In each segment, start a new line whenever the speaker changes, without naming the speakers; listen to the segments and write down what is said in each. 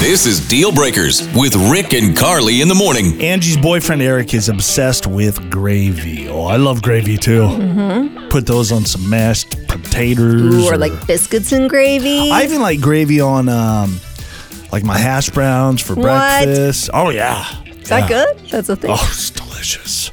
This is Deal Breakers with Rick and Carly in the morning.
Angie's boyfriend Eric is obsessed with gravy. Oh, I love gravy too. Put those on some mashed potatoes.
Mm-hmm. Ooh, or like biscuits and gravy.
I even like gravy on um, like my hash browns for
What?
breakfast. Oh yeah,
Is that good? Hmm. That's a thing.
oh it's delicious.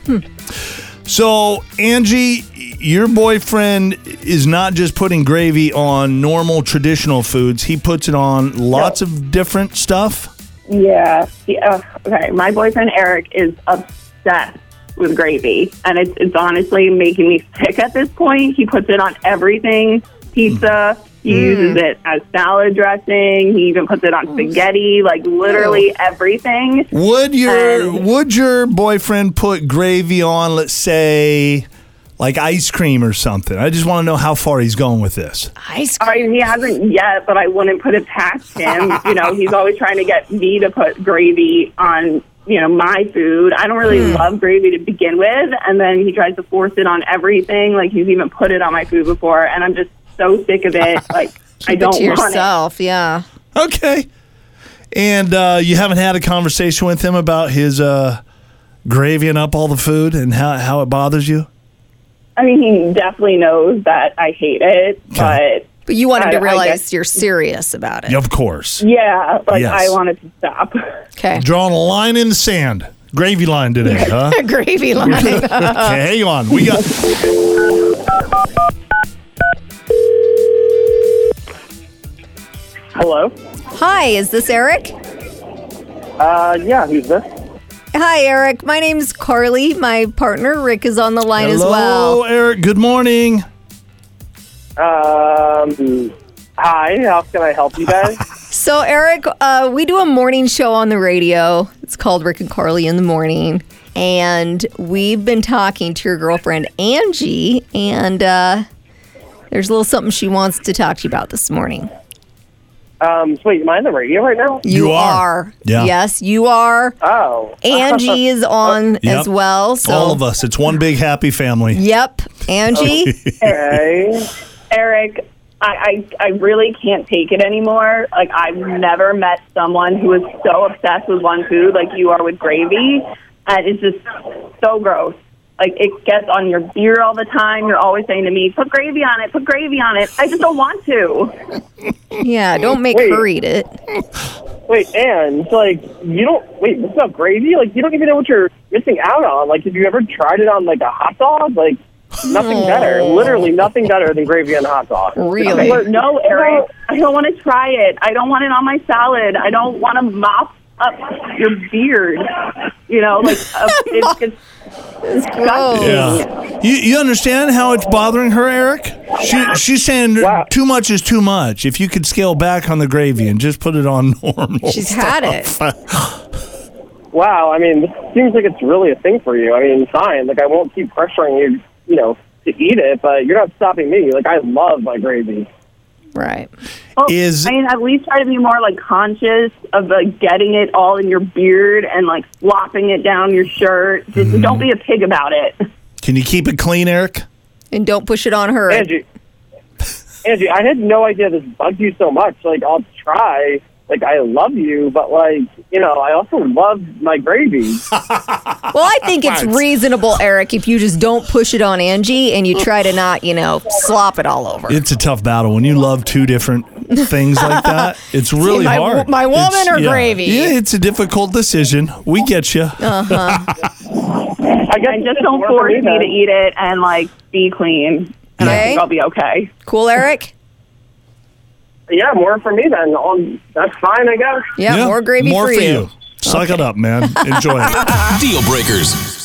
So Angie, your boyfriend is not just putting gravy on normal traditional foods. He puts it on lots of different stuff.
Yeah. yeah. Okay. My boyfriend Eric is obsessed with gravy, and it's it's honestly making me sick at this point. He puts it on everything, pizza. He uses it as salad dressing. He even puts it on spaghetti, like literally everything.
Would your
Um,
And-
would your boyfriend put gravy on, let's say, like ice cream or something? I just want to know how far he's going with this.
Ice
I mean, he hasn't yet, but I wouldn't put it past him. you know, he's always trying to get me to put gravy on, you know, my food. I don't really love gravy to begin with, and then he tries to force it on everything. Like he's even put it on my food before, and I'm just so sick of it. Like I
cream
don't
to
want it.
yourself. Yeah.
Okay. And uh, you haven't had a conversation with him about his uh, gravying up all the food and how, how it bothers you?
I mean, he definitely knows that I hate it,
Okay.
but
But you want him
I-
to
I
realize
guess-
you're serious about it.
Of course.
yeah, like
Yes.
I wanted to stop.
Okay.
Drawing a line in the sand. Gravy line today, huh?
Gravy line.
okay, hang on. We got
Hello.
Hi, is this Eric?
Uh, yeah, who's this?
Hi, Eric. My name's Carly. My partner Rick is on the line as
Hello,
well.
Eric. Good morning.
Um, hi. How can I help you guys?
So, Eric, uh, we do a morning show on the radio. It's called Rick and Carly in the Morning. And we've been talking to your girlfriend, Angie, and uh, there's a little something she wants to talk to you about this morning.
um, wait, am I on the radio right now?
You,
You are. Yeah.
Yes, you are.
Oh.
Angie is on
Yep.
as well. So
All of us. It's one big happy family.
Yep, Angie.
Okay. Eric, I, I, I really can't take it anymore. Like, I've never met someone who is so obsessed with one food like you are with gravy. And it's just so gross. Like, it gets on your beer all the time. You're always saying to me, put gravy on it, put gravy on it. I just don't want to.
Oh.
yeah, don't make
Wait.
her eat it.
Wait, and like you don't wait. This is not gravy. Like you don't even know what you're missing out on. Like have you ever tried it on like a hot dog? Like
Hmm.
nothing better. Literally nothing better than gravy on a hot dog.
Really?
But no, Eric, I don't want to try it. I don't want it on my salad. I don't want to mop up your beard. You know, like, uh, it's just.
Gross.
Yeah. You, you understand how it's bothering her, Eric? She, she's saying
Wow.
too much is too much. If you could scale back on the gravy and just put it on normal.
She's had it.
Wow. I mean, this seems like it's really a thing for you. I mean, fine. Like I won't keep pressuring you. You know, to eat it, but you're not stopping me. Like I love my gravy.
Right.
Well,
is-
I mean, at least try to be more like conscious of like getting it all in your beard and like flopping it down your shirt. Just don't be a pig about it.
Can you keep it clean, Eric?
And don't push it on her.
Angie, Angie, I had no idea this bugged you so much. Like, I'll try. Like, I love you, but like, you know, I also love my gravy.
Well, I think it's reasonable, Eric, if you just don't push it on Angie and you try to not, you know, slop it all over.
It's a tough battle when you love two different things like that. It's really
my-
hard.
my woman
It's-
or
yeah.
gravy?
Yeah, it's a difficult decision. We get you.
I guess
And
it's
just don't
more for
force me
then.
to eat it and like be clean. And I
Okay.
think I'll be okay.
Cool, Eric?
Yeah, more for me then. Um, that's fine, I guess.
Yeah, more gravy
more
for, you.
Suck it up, man. Enjoy it.
Deal Breakers.